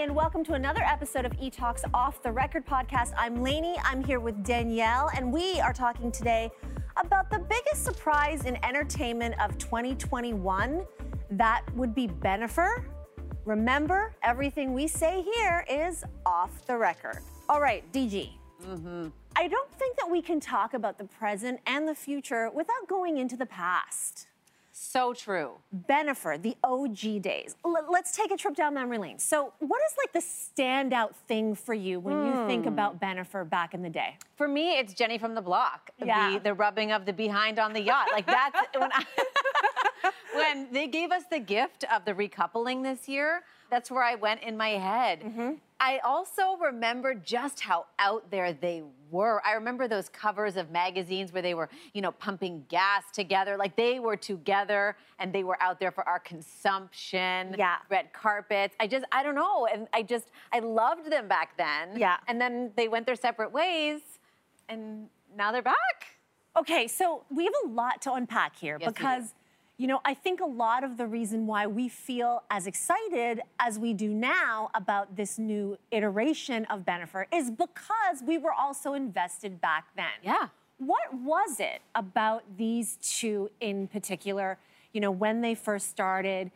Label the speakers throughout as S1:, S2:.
S1: and welcome to another episode of E Talks Off the Record podcast. I'm Lainey, I'm here with Danielle, and we are talking today about the biggest surprise in entertainment of 2021. That would be Benifer. Remember, everything we say here is off the record. All right, DG. I don't think that we can talk about the present and the future without going into the past.
S2: So true.
S1: Benifer, the OG days. L- let's take a trip down memory lane. So, what is like the standout thing for you when you think about Benifer back in the day?
S2: For me, it's Jenny from the block.
S1: Yeah.
S2: The, the rubbing of the behind on the yacht. Like that's when I, when they gave us the gift of the recoupling this year. That's where I went in my head.
S1: Mm-hmm.
S2: I also remember just how out there they were. I remember those covers of magazines where they were, you know, pumping gas together. Like they were together and they were out there for our consumption.
S1: Yeah.
S2: Red carpets. I just, I don't know. And I just, I loved them back then.
S1: Yeah.
S2: And then they went their separate ways, and now they're back.
S1: Okay, so we have a lot to unpack here
S2: Yes, we do.
S1: because, you know, I think a lot of the reason why we feel as excited as we do now about this new iteration of Benifer is because we were also invested back then.
S2: Yeah.
S1: What was it about these two in particular, you know, when they first started,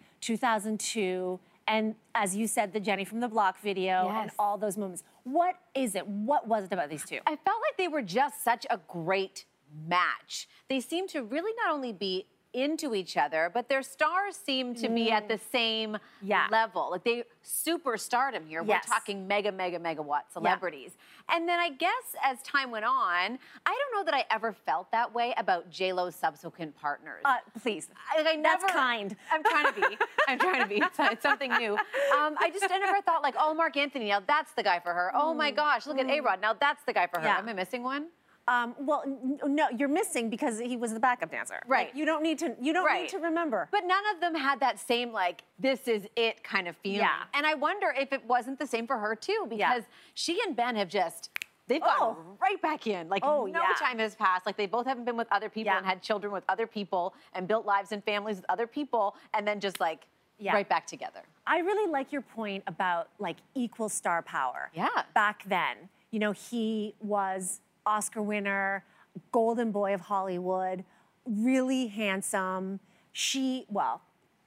S1: 2002, and as you said, the Jenny from the Block video and
S2: Yes.
S1: all those moments? What is it? What was it about these two?
S2: I felt like they were just such a great match. They seemed to really not only be into each other, but their stars seemed to be at the same
S1: Mm. Yeah.
S2: level. Like they super stardom here.
S1: Yes.
S2: We're talking mega, mega, megawatt celebrities. And then I guess as time went on, I don't know that I ever felt that way about J Lo's subsequent partners.
S1: Uh, please.
S2: I, I
S1: That's
S2: never,
S1: kind.
S2: I'm trying to be. I'm trying to be. It's, it's something new. Um, I just I never thought like, oh, Mark Anthony, now that's the guy for her. Oh my gosh, look at A Rod, now that's the guy for her.
S1: Mm. Yeah.
S2: Am I missing one?
S1: Um, well, n- n- no, you're missing because he was the backup dancer. Like,
S2: Right.
S1: you don't need to. You don't need
S2: Right.
S1: to remember.
S2: But none of them had that same like this is it kind of feeling.
S1: Yeah.
S2: And I wonder if it wasn't the same for her too because she and Ben have just they've gone
S1: Oh.
S2: right back in. Like
S1: Oh,
S2: no
S1: yeah.
S2: time has passed. Like they both haven't been with other people
S1: Yeah.
S2: and had children with other people and built lives and families with other people and then just like
S1: Yeah.
S2: right back together.
S1: I really like your point about like equal star power.
S2: Yeah.
S1: Back then, you know, he was Oscar winner, golden boy of Hollywood, really handsome. She, well,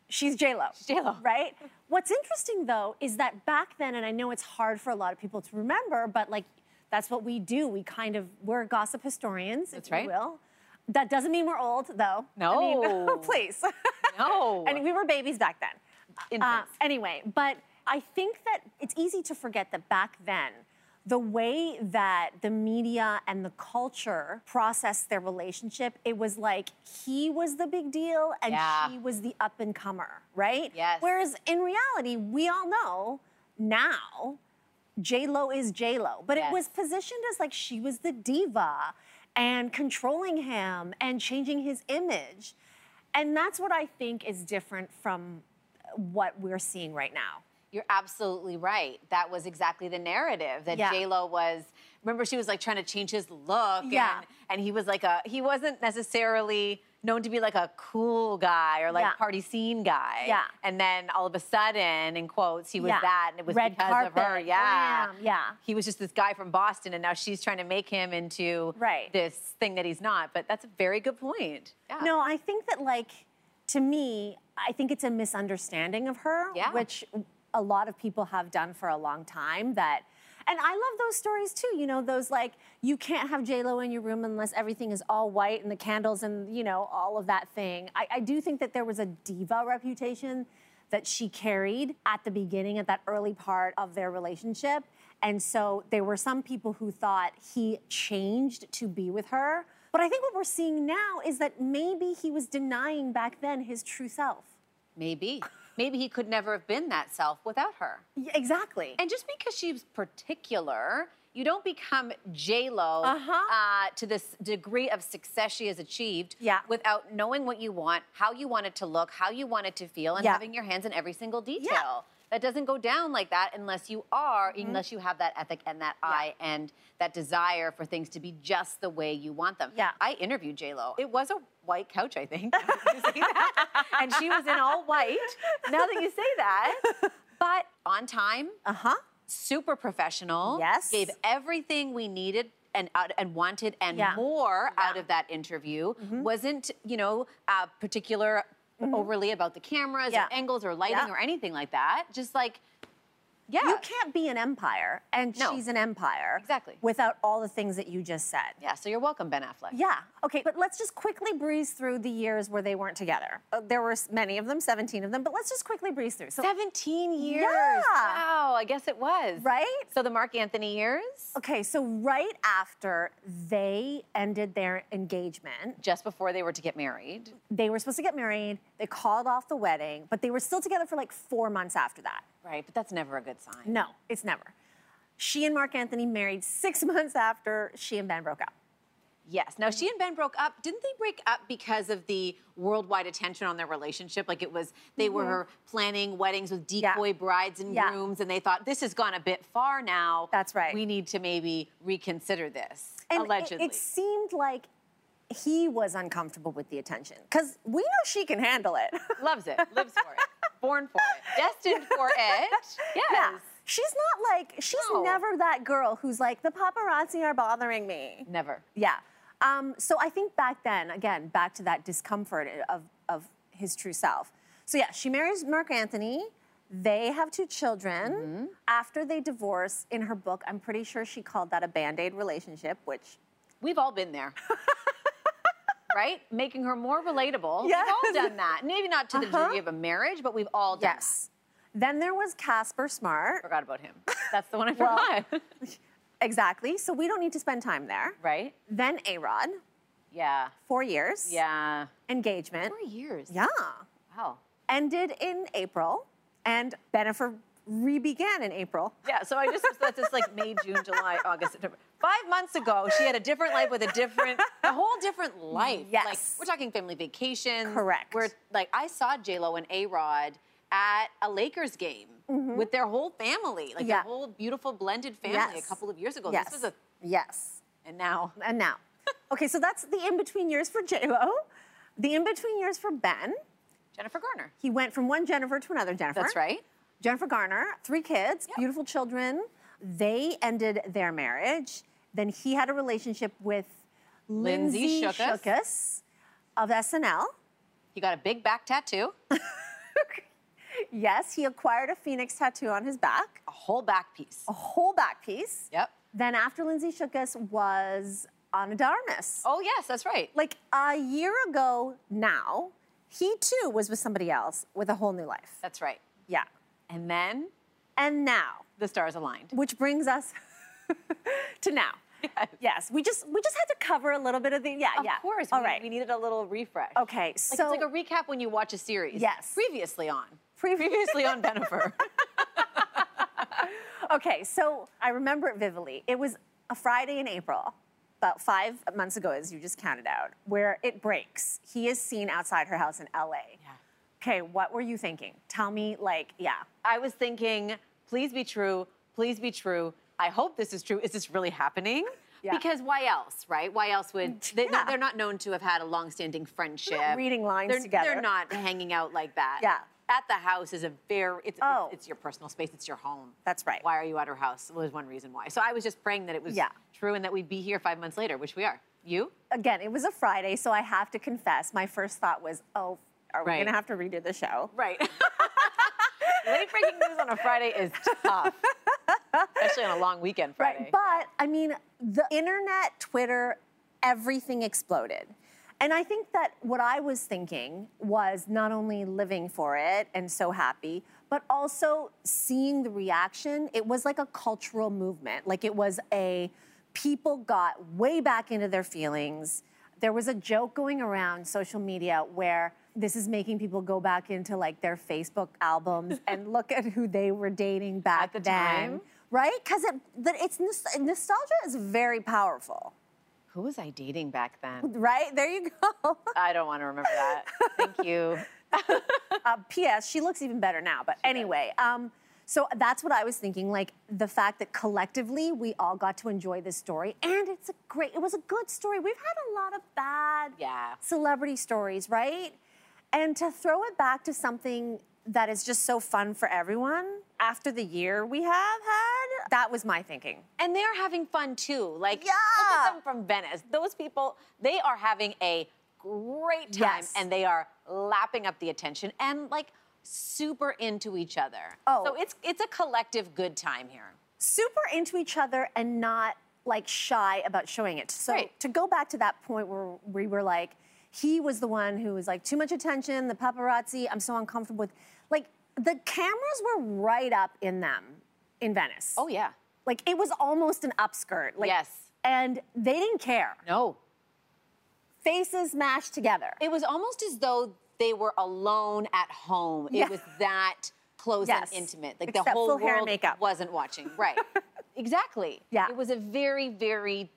S1: she's J Lo.
S2: J.Lo.
S1: Right? What's interesting though is that back then, and I know it's hard for a lot of people to remember, but like that's what we do. We kind of we're gossip historians,
S2: That's
S1: if
S2: right.
S1: you will. That doesn't mean we're old though. I mean,
S2: No.
S1: please.
S2: No.
S1: and we were babies back then. Uh,
S2: Infants.
S1: anyway, but I think that it's easy to forget that back then, the way that the media and the culture processed their relationship, it was like he was the big deal and
S2: Yeah.
S1: she was the up and comer, right?
S2: Yes.
S1: Whereas in reality, we all know now J Lo is J Lo, but it
S2: Yes.
S1: was positioned as like she was the diva and controlling him and changing his image. And that's what I think is different from what we're seeing right now.
S2: You're absolutely right. That was exactly the narrative that
S1: Yeah.
S2: J Lo was. Remember, she was like trying to change his look.
S1: Yeah.
S2: And, and he was like a. He wasn't necessarily known to be like a cool guy or like
S1: Yeah.
S2: party scene guy.
S1: Yeah.
S2: And then all of a sudden, in quotes, he was
S1: Yeah.
S2: that, and it was
S1: Red
S2: because of her.
S1: carpet,
S2: Yeah.
S1: glam, yeah.
S2: He was just this guy from Boston, and now she's trying to make him into
S1: Right.
S2: this thing that he's not. But that's a very good point. Yeah.
S1: No, I think that like to me, I think it's a misunderstanding of her,
S2: Yeah.
S1: which a lot of people have done for a long time. That, and I love those stories too. You know, those like you can't have J Lo in your room unless everything is all white and the candles and you know all of that thing. I, I do think that there was a diva reputation that she carried at the beginning, at that early part of their relationship. And so there were some people who thought he changed to be with her. But I think what we're seeing now is that maybe he was denying back then his true self.
S2: Maybe. Maybe he could never have been that self without her.
S1: Yeah, exactly.
S2: And just because she's particular, you don't become J Lo
S1: Uh-huh.
S2: to this degree of success she has achieved
S1: Yeah.
S2: without knowing what you want, how you want it to look, how you want it to feel, and
S1: Yeah.
S2: having your hands in every single detail. That doesn't go down like that unless you are,
S1: Mm-hmm.
S2: unless you have that ethic and that eye and that desire for things to be just the way you want them.
S1: Yeah.
S2: I interviewed J Lo. It was a white couch, I think. Did you say that? and she was in all white. Now that you say that, but on time,
S1: Uh huh.
S2: super professional.
S1: Yes.
S2: Gave everything we needed and out and wanted and
S1: Yeah. Mm-hmm.
S2: more out of that interview. Wasn't, you know, uh, particular overly about the cameras
S1: Yeah.
S2: or angles or lighting
S1: Yeah.
S2: or anything like that. Just like, yeah.
S1: You can't be an empire, and
S2: No.
S1: she's an empire.
S2: Exactly.
S1: Without all the things that you just said.
S2: Yeah, so you're welcome, Ben Affleck.
S1: Yeah. Okay, but let's just quickly breeze through the years where they weren't together. Uh, there were s- many of them, 17 of them, but let's just quickly breeze through. So,
S2: 17 years.
S1: Yeah.
S2: Wow, I guess it was.
S1: right?
S2: So the Mark Anthony years,
S1: Okay, so right after they ended their engagement,
S2: just before they were to get married.
S1: they were supposed to get married. They called off the wedding, but they were still together for like four months after that.
S2: Right, but that's never a good sign.
S1: No, it's never. She and Mark Anthony married six months after she and Ben broke up.
S2: Yes. Now she and Ben broke up. Didn't they break up because of the worldwide attention on their relationship? Like it was they were planning weddings with
S1: Mm-hmm. Yeah.
S2: decoy brides and
S1: Yeah.
S2: grooms, and they thought this has gone a bit far now.
S1: That's right.
S2: We need to maybe reconsider this.
S1: And it-
S2: allegedly.
S1: It, seemed like he was uncomfortable with the attention because we know she can handle it.
S2: Loves it. Lives for it. Born for it. Destined for it. Yes.
S1: Yeah. She's not like, she's
S2: No.
S1: never that girl who's like, the paparazzi are bothering me.
S2: Never.
S1: Yeah. Um, so I think back then, again, back to that discomfort of, of his true self. So yeah, she marries Mark Anthony. They have two children.
S2: Mm-hmm.
S1: After they divorce, in her book, I'm pretty sure she called that a band aid relationship, which
S2: We've all been there. right? Making her more relatable.
S1: Yes. Uh-huh.
S2: We've all done that. Maybe not to the degree of a marriage, but we've all done that.
S1: yes. Then there was Casper Smart.
S2: forgot about him. That's the one I
S1: Well-
S2: forgot.
S1: Exactly. So we don't need to spend time there.
S2: right?
S1: Then A Rod,
S2: Yeah.
S1: four years.
S2: Yeah.
S1: Engagement.
S2: Four years.
S1: Yeah.
S2: Wow.
S1: Ended in April, and Bennifer re-began in April.
S2: Yeah. So I just that's just like May, June, July, August, September. Five months ago, she had a different life with a different, a whole different life. Like
S1: Yes.
S2: we're talking family vacations.
S1: Correct.
S2: Where like I saw J Lo and A Rod at a Lakers game with their whole family,
S1: Mm-hmm.
S2: like
S1: Yeah.
S2: their whole beautiful blended family,
S1: Yes.
S2: a couple of years ago.
S1: Yes.
S2: Oh, This was a
S1: yes.
S2: and now
S1: And now, okay, so that's the in between years for J Lo. The in between years for Ben.
S2: Jennifer Garner.
S1: He went from one Jennifer to another Jennifer.
S2: That's right.
S1: Jennifer Garner, three kids,
S2: Yep.
S1: beautiful children. They ended their marriage. Then he had a relationship with Lindsay,
S2: Lindsay Shookus.
S1: Shookus of SNL.
S2: He got a big back tattoo, a
S1: Yes, he acquired a phoenix tattoo on his back,
S2: whole back piece.
S1: a whole back piece.
S2: Yep.
S1: Then after Lindsay Shookus was Anadarmus.
S2: Oh yes, that's right.
S1: like a year ago now, he too was with somebody else with a whole new life.
S2: That's right.
S1: Yeah.
S2: And then
S1: And now,
S2: the stars aligned.
S1: which brings us to now.
S2: Yes.
S1: we just we just had to cover a little bit of the yeah,
S2: Of
S1: yeah.
S2: course.
S1: All
S2: we,
S1: right.
S2: We needed a little refresh. Like,
S1: okay, so
S2: it's like a recap when you watch a series.
S1: Yes.
S2: Previously on.
S1: Previ-
S2: Previously on Benifer.
S1: okay, so I remember it vividly. It was a Friday in April, about 5 months ago as you just counted out, where it breaks. He is seen outside her house in LA. Okay, what were you thinking? Tell me like, yeah.
S2: I was thinking, please be true. Please be true. I hope this is true. Is this really happening?
S1: Yeah.
S2: Because why else, right? Why else would they,
S1: Yeah.
S2: they're not known to have had a long-standing friendship?
S1: reading lines
S2: they're,
S1: together.
S2: They're not hanging out like that.
S1: Yeah.
S2: At the house is a very it's,
S1: Oh.
S2: it's your personal space. It's your home.
S1: That's right.
S2: Why are you at her house? Was one reason why. So I was just praying that it was
S1: Yeah. Uh,
S2: true and that we'd be here five months later, which we are. You?
S1: again, it was a Friday, so I have to confess, my first thought was, oh, are we
S2: Right.
S1: gonna have to redo the show?
S2: Right. Late breaking news on a Friday is tough, especially on a long weekend Friday.
S1: But I mean, the internet, Twitter, everything exploded. And I think that what I was thinking was not only living for it and so happy, but also seeing the reaction. It was like a cultural movement. Like it was a people got way back into their feelings. There was a joke going around social media where this is making people go back into like their Facebook albums and look at who they were dating back
S2: the
S1: then
S2: time.
S1: right? Because it, that it's nos- nostalgia is very powerful,
S2: Who was I dating back then?
S1: right? There you go.
S2: I don't want to remember that. Thank you.
S1: Uh, P.S. She looks even better now, but anyway. Um, so that's what I was thinking, like the fact that collectively we all got to enjoy this story, and it's a great. It was a good story. We've had a lot of bad
S2: Yeah.
S1: celebrity stories, right? And to throw it back to something that is just so fun for everyone, after the year we have had, that was my thinking.
S2: And they're having fun too. Like, look
S1: Yeah.
S2: at them from Venice. Those people, they are having a great time
S1: Yes.
S2: and they are lapping up the attention and like super into each other.
S1: Oh.
S2: So it's it's a collective good time here.
S1: super into each other and not like shy about showing it. So
S2: Right.
S1: to go back to that point where we were like, he was the one who was like, too much attention, the paparazzi, I'm so uncomfortable with. Like, the cameras were right up in them in Venice.
S2: Oh yeah.
S1: Like, it was almost an upskirt. Like,
S2: Yes.
S1: And they didn't care.
S2: No.
S1: Faces mashed together.
S2: It was almost as though they were alone at home.
S1: Yeah.
S2: It was that close
S1: Yes.
S2: and intimate. Like the
S1: Except
S2: whole
S1: full hair and
S2: world
S1: makeup.
S2: wasn't watching. Right. exactly.
S1: Yeah.
S2: It was a very, very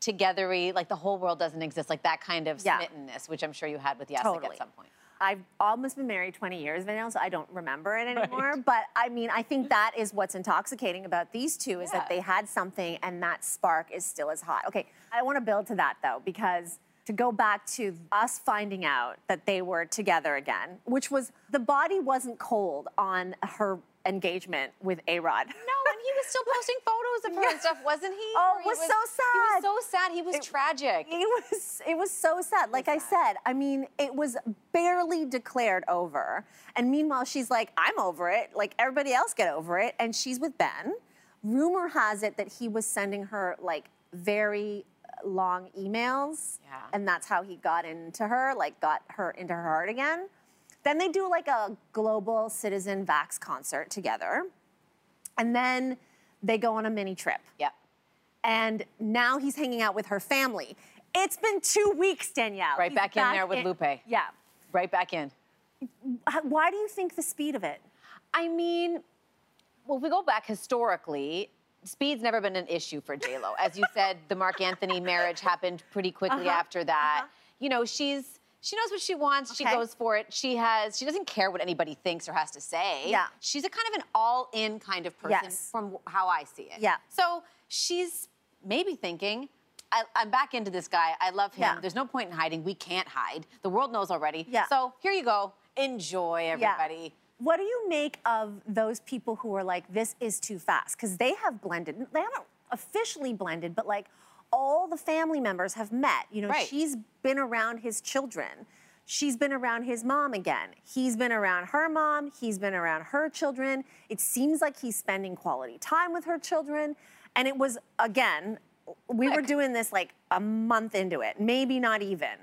S2: togethery, like the whole world doesn't exist, like that kind of
S1: Yeah.
S2: smittenness, which I'm sure you had with Yasik
S1: Totally.
S2: at some point.
S1: I've almost been married 20 years by now, so I don't remember it anymore. But I mean, I think that is what's intoxicating about these two is that
S2: Yeah.
S1: they had something and that spark is still as hot. Okay, I want to build to that though, because to go back to us finding out that they were together again, which was the body wasn't cold on her engagement with A Rod.
S2: No, and he was still posting photos of her and stuff, wasn't he?
S1: Oh,
S2: Or
S1: it
S2: he
S1: was so
S2: He was
S1: sad.
S2: so sad. He was tragic.
S1: It was it was so sad. Like I said, I mean, it was barely declared over. And meanwhile, she's like, I'm over it. Like everybody else get over it. And she's with Ben. Rumor has it that he was sending her like very long emails.
S2: Yeah.
S1: And that's how he got into her, like got her into her heart again. Then they do like a global citizen vax concert together. And then they go on a mini trip
S2: Yep.
S1: and now he's hanging out with her family. It's been two weeks, Danielle.
S2: Right
S1: He's
S2: back in there with Lupe.
S1: Yeah.
S2: Right back in.
S1: H- Why do you think the speed of it?
S2: I mean, well, if we go back historically, speed's never been an issue for Lo. As you said, the Mark Anthony marriage happened pretty quickly
S1: Uh-huh.
S2: after that. You know, she's she knows what she wants. She
S1: Okay.
S2: goes for it. She has she doesn't care what anybody thinks or has to say.
S1: Yeah.
S2: She's a kind of an all-in kind of person
S1: Yes.
S2: from how I see it.
S1: Yeah.
S2: So she's maybe thinking. I, I'm back into this guy. I love him.
S1: Yeah.
S2: There's no point in hiding. We can't hide. The world knows already.
S1: Yeah.
S2: So here you go. Enjoy, everybody.
S1: What do you make of those people who are like, this is too fast? Because they have blended, they haven't officially blended, but like all the family members have met. You know,
S2: Right.
S1: she's been around his children. She's been around his mom again. He's been around her mom. He's been around her children. It seems like he's spending quality time with her children. And it was, again, we were
S2: Quick.
S1: doing this like a month into it, maybe not even.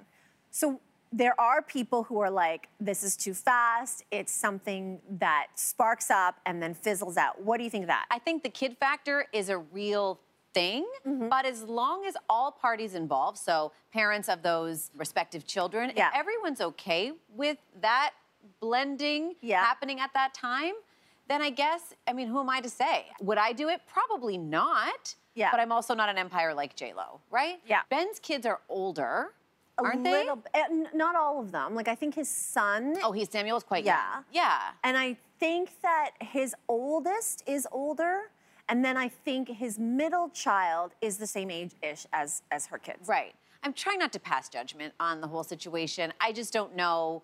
S1: So there are people who are like, this is too fast. It's something that sparks up and then fizzles out. What do you think of that?
S2: I think the kid factor is a real thing,
S1: Mm-hmm.
S2: but as long as all parties involved, so parents of those respective children,
S1: Yeah.
S2: if everyone's okay with that blending
S1: Yeah.
S2: happening at that time, then I guess, I mean, who am I to say? Would I do it? Probably not.
S1: Yeah.
S2: But I'm also not an empire like JLo, right?
S1: Yeah.
S2: Ben's kids are older, aren't
S1: a
S2: they?
S1: little, b- eh, n- not all of them. Like I think his son,
S2: Oh, he's Samuel's quite
S1: Yeah.
S2: young. Yeah.
S1: and I think that his oldest is older, and then I think his middle child is the same age-ish as as her kids.
S2: Right. I'm trying not to pass judgment on the whole situation. I just don't know.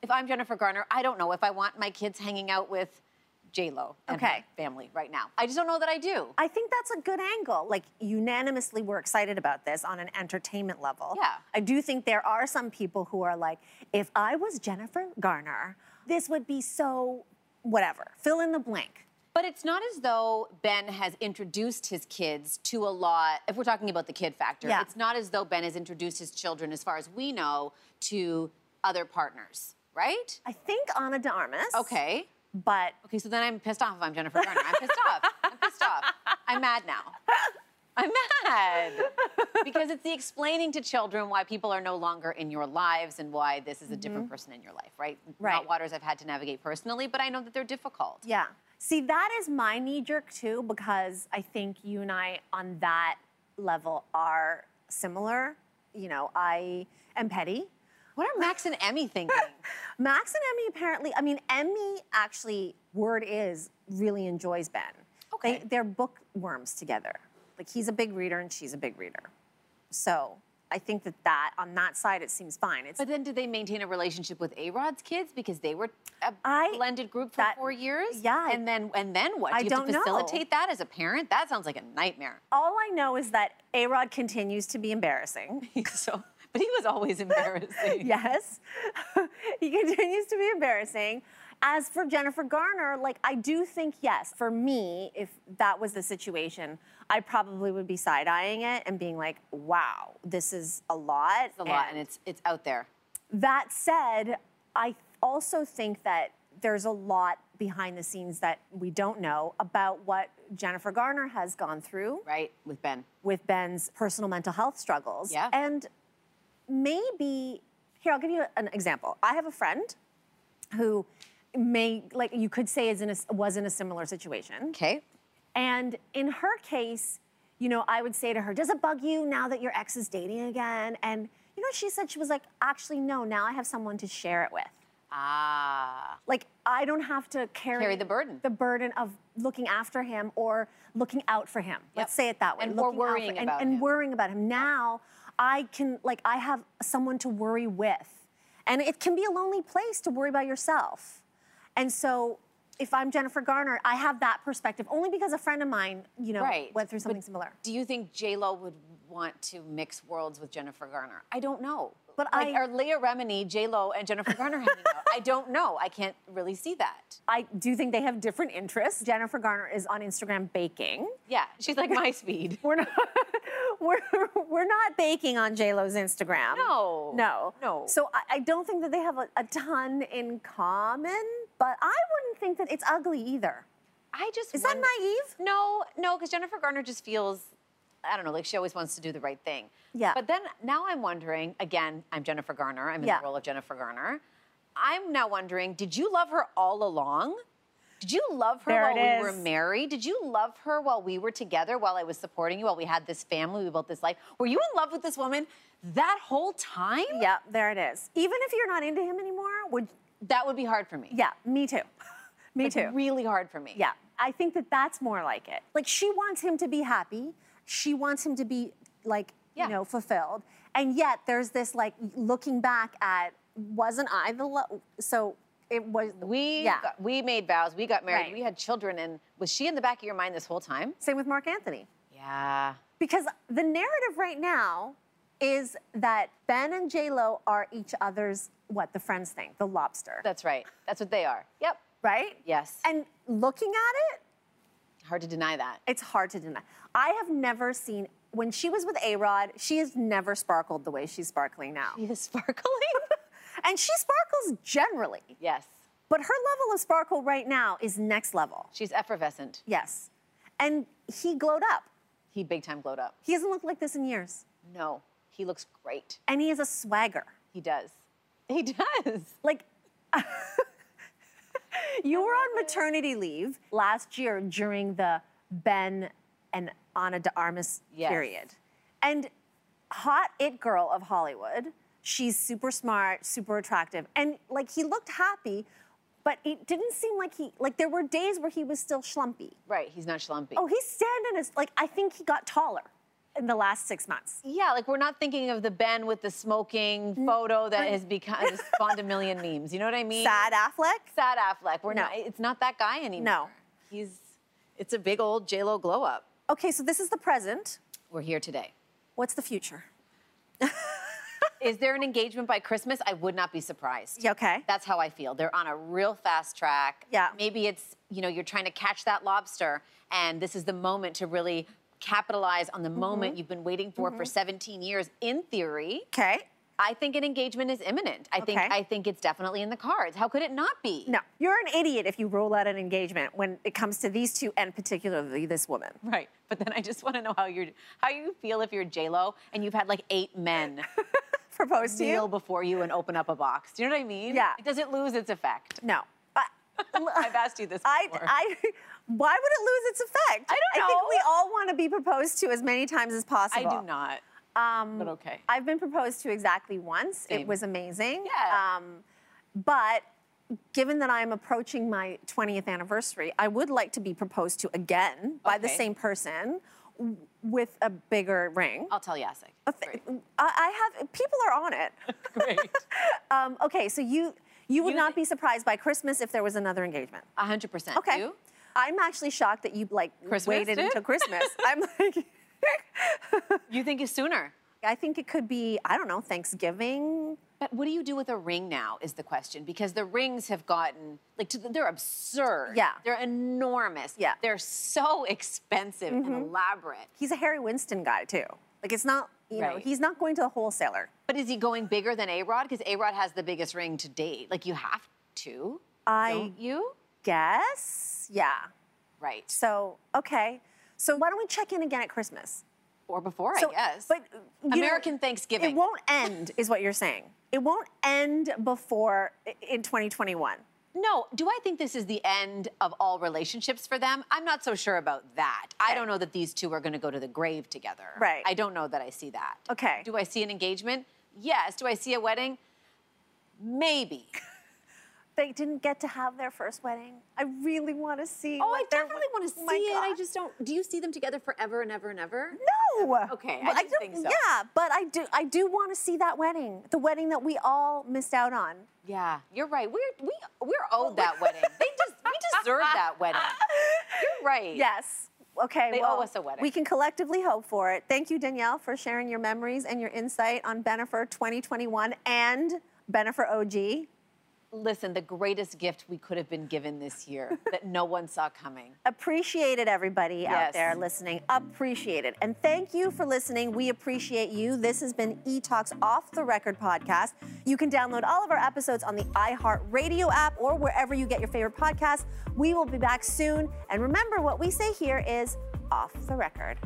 S2: If I'm Jennifer Garner, I don't know if I want my kids hanging out with J Lo and her
S1: Okay.
S2: family right now. I just don't know that I do.
S1: I think that's a good angle. Like unanimously, we're excited about this on an entertainment level.
S2: Yeah.
S1: I do think there are some people who are like, if I was Jennifer Garner, this would be so whatever. Fill in the blank.
S2: But it's not as though Ben has introduced his kids to a lot. If we're talking about the kid factor,
S1: Yeah.
S2: it's not as though Ben has introduced his children, as far as we know, to other partners, right?
S1: I think Anna de Armas.
S2: Okay.
S1: But
S2: Okay, so then I'm pissed off if I'm Jennifer Garner. I'm pissed off. I'm pissed off. I'm mad now. I'm mad because it's the explaining to children why people are no longer in your lives and why this is a different person in your life, right?
S1: Mm-hmm. Right.
S2: Not waters I've had to navigate personally, but I know that they're difficult.
S1: yeah. See, that is my knee jerk too, because I think you and I on that level are similar. You know, I am petty.
S2: What are Max and Emmy thinking?
S1: Max and Emmy apparently, I mean, Emmy actually, word is, really enjoys Ben.
S2: Okay.
S1: They, they're bookworms together. Like, he's a big reader and she's a big reader. So I I think that that on that side it seems fine. It's
S2: But then, did they maintain a relationship with A Rod's kids because they were a
S1: I-
S2: blended group for
S1: that-
S2: four years?
S1: yeah, I-
S2: and then and then what? Do
S1: I
S2: you
S1: don't
S2: have to
S1: know.
S2: facilitate that as a parent? That sounds like a nightmare.
S1: all I know is that A Rod continues to be embarrassing.
S2: so, but he was always embarrassing.
S1: yes, he continues to be embarrassing. As for Jennifer Garner, like I do think yes, for me, if that was the situation, I probably would be side eyeing it and being like, wow, this is a lot.
S2: It's a lot, and it's it's out there.
S1: That said, I also think that there's a lot behind the scenes that we don't know about what Jennifer Garner has gone through
S2: right? With Ben.
S1: with Ben's personal mental health struggles.
S2: Yeah.
S1: And maybe, here, I'll give you an example. I have a friend who may, like you could say, is in a, was in a similar situation.
S2: Okay.
S1: And in her case, you know, I would say to her, Does it bug you now that your ex is dating again? And, you know, she said she was like, Actually, no, now I have someone to share it with.
S2: Ah.
S1: Like, I don't have to carry,
S2: Carry the burden.
S1: The burden of looking after him or looking out for him. Let's say it that way.
S2: And- or
S1: looking out for-
S2: worrying
S1: and-
S2: about
S1: and
S2: him.
S1: worrying about him. Now I can, like, I have someone to worry with. And it can be a lonely place to worry about yourself. And so, if I'm Jennifer Garner, I have that perspective only because a friend of mine, you know,
S2: Right.
S1: went through
S2: But
S1: something similar.
S2: Do you think J Lo would want to mix worlds with Jennifer Garner? I don't know.
S1: But
S2: like,
S1: I-
S2: are Leah Remini, J Lo, and Jennifer Garner hanging out? I don't know. I can't really see that.
S1: I do think they have different interests. Jennifer Garner is on Instagram baking.
S2: Yeah, she's like my speed.
S1: We're not we're, we're not baking on JLo's Instagram.
S2: No.
S1: No.
S2: No.
S1: So I, I don't think that they have a, a ton in common, but I wouldn't think that it's ugly either.
S2: I just
S1: Is that
S2: wonder-
S1: naive?
S2: No, no, because Jennifer Garner just feels. I don't know, like she always wants to do the right thing.
S1: Yeah.
S2: But then now I'm wondering, again, I'm Jennifer Garner. I'm in
S1: Yeah.
S2: the role of Jennifer Garner. I'm now wondering, did you love her all along? Did you love her
S1: There
S2: while
S1: it
S2: we were
S1: is.
S2: married? Did you love her while we were together, while I was supporting you, while we had this family, we built this life? Were you in love with this woman that whole time?
S1: Yeah, there it is. Even if you're not into him anymore, would
S2: That would be hard for me.
S1: yeah, me too. me
S2: Like,
S1: too.
S2: Really hard for me.
S1: Yeah, I think that that's more like it. Like she wants him to be happy. She wants him to be like
S2: Yeah.
S1: you know fulfilled. And yet there's this like looking back at wasn't I the lo-? so it was
S2: We
S1: yeah.
S2: got- we made vows. We got married.
S1: Right.
S2: We had children. And was she in the back of your mind this whole time?
S1: Same with Mark Anthony.
S2: Yeah.
S1: Because the narrative right now is that Ben and J Lo are each other's what the friends thing, the lobster,
S2: That's right. That's what they are. Yep.
S1: right?
S2: Yes.
S1: And looking at it,
S2: Hard to deny that.
S1: It's hard to deny. I have never seen when she was with A Rod, she has never sparkled the way she's sparkling now.
S2: He is sparkling.
S1: and she sparkles generally,
S2: yes.
S1: but her level of sparkle right now is next level.
S2: She's effervescent.
S1: Yes. And he glowed up.
S2: He big time glowed up.
S1: He hasn't looked like this in years.
S2: No, he looks great.
S1: And he has a swagger.
S2: He does. He does.
S1: Like, you were on maternity leave last year during the Ben and Anna de Armas
S2: Yes.
S1: period. And hot it girl of Hollywood, she's super smart, super attractive. And like he looked happy, but it didn't seem like he like there were days where he was still schlumpy.
S2: Right. He's not schlumpy.
S1: Oh, he's standing as like I think he got taller in the last 6 months.
S2: yeah. Like we're not thinking of the Ben with the smoking photo that has become has spawned a million memes. You know what I mean?
S1: Sad Affleck?
S2: Sad Affleck. We're
S1: No.
S2: not. It's not that guy anymore. He's. It's a big old J Lo glow up.
S1: Okay, so this is the present.
S2: We're here today.
S1: What's the future?
S2: Is there an engagement by Christmas? I would not be surprised.
S1: Yeah, okay.
S2: That's how I feel. They're on a real fast track.
S1: Yeah.
S2: Maybe it's, you know, you're trying to catch that lobster, and this is the moment to really capitalize on the
S1: Mm-hmm.
S2: moment you've been waiting for for 17 years in theory.
S1: Okay.
S2: I think an engagement is imminent. I think
S1: Okay.
S2: I think it's definitely in the cards. How could it not be?
S1: No, you're an idiot if you roll out an engagement when it comes to these two, and particularly this woman.
S2: Right. But then I just want to know how you're how you feel if you're J Lo and you've had like eight men
S1: Propose to
S2: kneel
S1: you?
S2: before you and open up a box. Do you know what I mean?
S1: Yeah.
S2: Does it lose its effect?
S1: No. I,
S2: I've asked you this
S1: I,
S2: before.
S1: I, why would it lose its effect?
S2: I don't
S1: I think
S2: know.
S1: we all want to be proposed to as many times as
S2: I
S1: possible.
S2: do not.
S1: Um,
S2: But okay.
S1: I've been proposed to exactly once. It
S2: Same.
S1: was amazing.
S2: Yeah.
S1: Um, but given that I'm approaching my 20th anniversary, I would like to be proposed to again by the
S2: Okay.
S1: same person w- with a bigger ring.
S2: I'll tell Yasek.
S1: a thi- I I have people are on it.
S3: Great.
S1: Um, okay, so you you would
S2: You
S1: not
S2: thi-
S1: be surprised by Christmas if there was another engagement.
S2: 100%.
S1: Okay.
S2: You?
S1: I'm actually shocked that you like
S2: Christmas
S1: waited
S2: it?
S1: until Christmas. I'm like,
S2: You think it's sooner.
S1: I think it could be I don't know Thanksgiving.
S2: But what do you do with a ring now is the question because the rings have gotten like to the, they're absurd.
S1: Yeah.
S2: They're enormous.
S1: Yeah. Mm-hmm.
S2: They're so expensive and elaborate.
S1: He's a Harry Winston guy too. Like it's not you know
S2: Right.
S1: he's not going to the wholesaler.
S2: But is he going bigger than A-Rod because A-Rod has the biggest ring to date. Like you have to.
S1: I-
S2: don't you?
S1: Guess yeah.
S2: Right.
S1: So okay, so why don't we check in again at Christmas?
S2: or before,
S1: So,
S2: I guess.
S1: But uh, you know,
S2: American Thanksgiving.
S1: It won't end, is what you're saying. It won't end before i- in 2021.
S2: No, do I think this is the end of all relationships for them? I'm not so sure about that. I don't know that these two are going to go to the grave together.
S1: Right.
S2: I don't know that I see that.
S1: Okay.
S2: Do I see an engagement? Yes. Do I see a wedding? Maybe.
S1: They didn't get to have their first wedding. I really want to see.
S2: Oh,
S1: what
S2: I
S1: their-
S2: definitely want to see
S1: Oh my
S2: it. I
S1: God.
S2: just don't. Do you see them together forever and ever and ever?
S1: No.
S2: Okay, I
S1: Well,
S2: didn't
S1: don't-
S2: think so.
S1: Yeah, but I do. I do want to see that wedding, the wedding that we all missed out on.
S2: Yeah, you're right. We're we we're owed that wedding. They just we deserve that wedding. You're right.
S1: Yes. Okay.
S2: They owe
S1: well,
S2: us a wedding.
S1: We can collectively hope for it. Thank you, Danielle, for sharing your memories and your insight on Benefer 2021 and Benefer OG.
S2: Listen, the greatest gift we could have been given this year that no one saw coming.
S1: Appreciate it, everybody out
S2: Yes.
S1: there listening. Appreciate it. And thank you for listening. We appreciate you. This has been E Talks Off the Record podcast. You can download all of our episodes on the iHeartRadio app or wherever you get your favorite podcasts. We will be back soon. And remember, what we say here is off the record.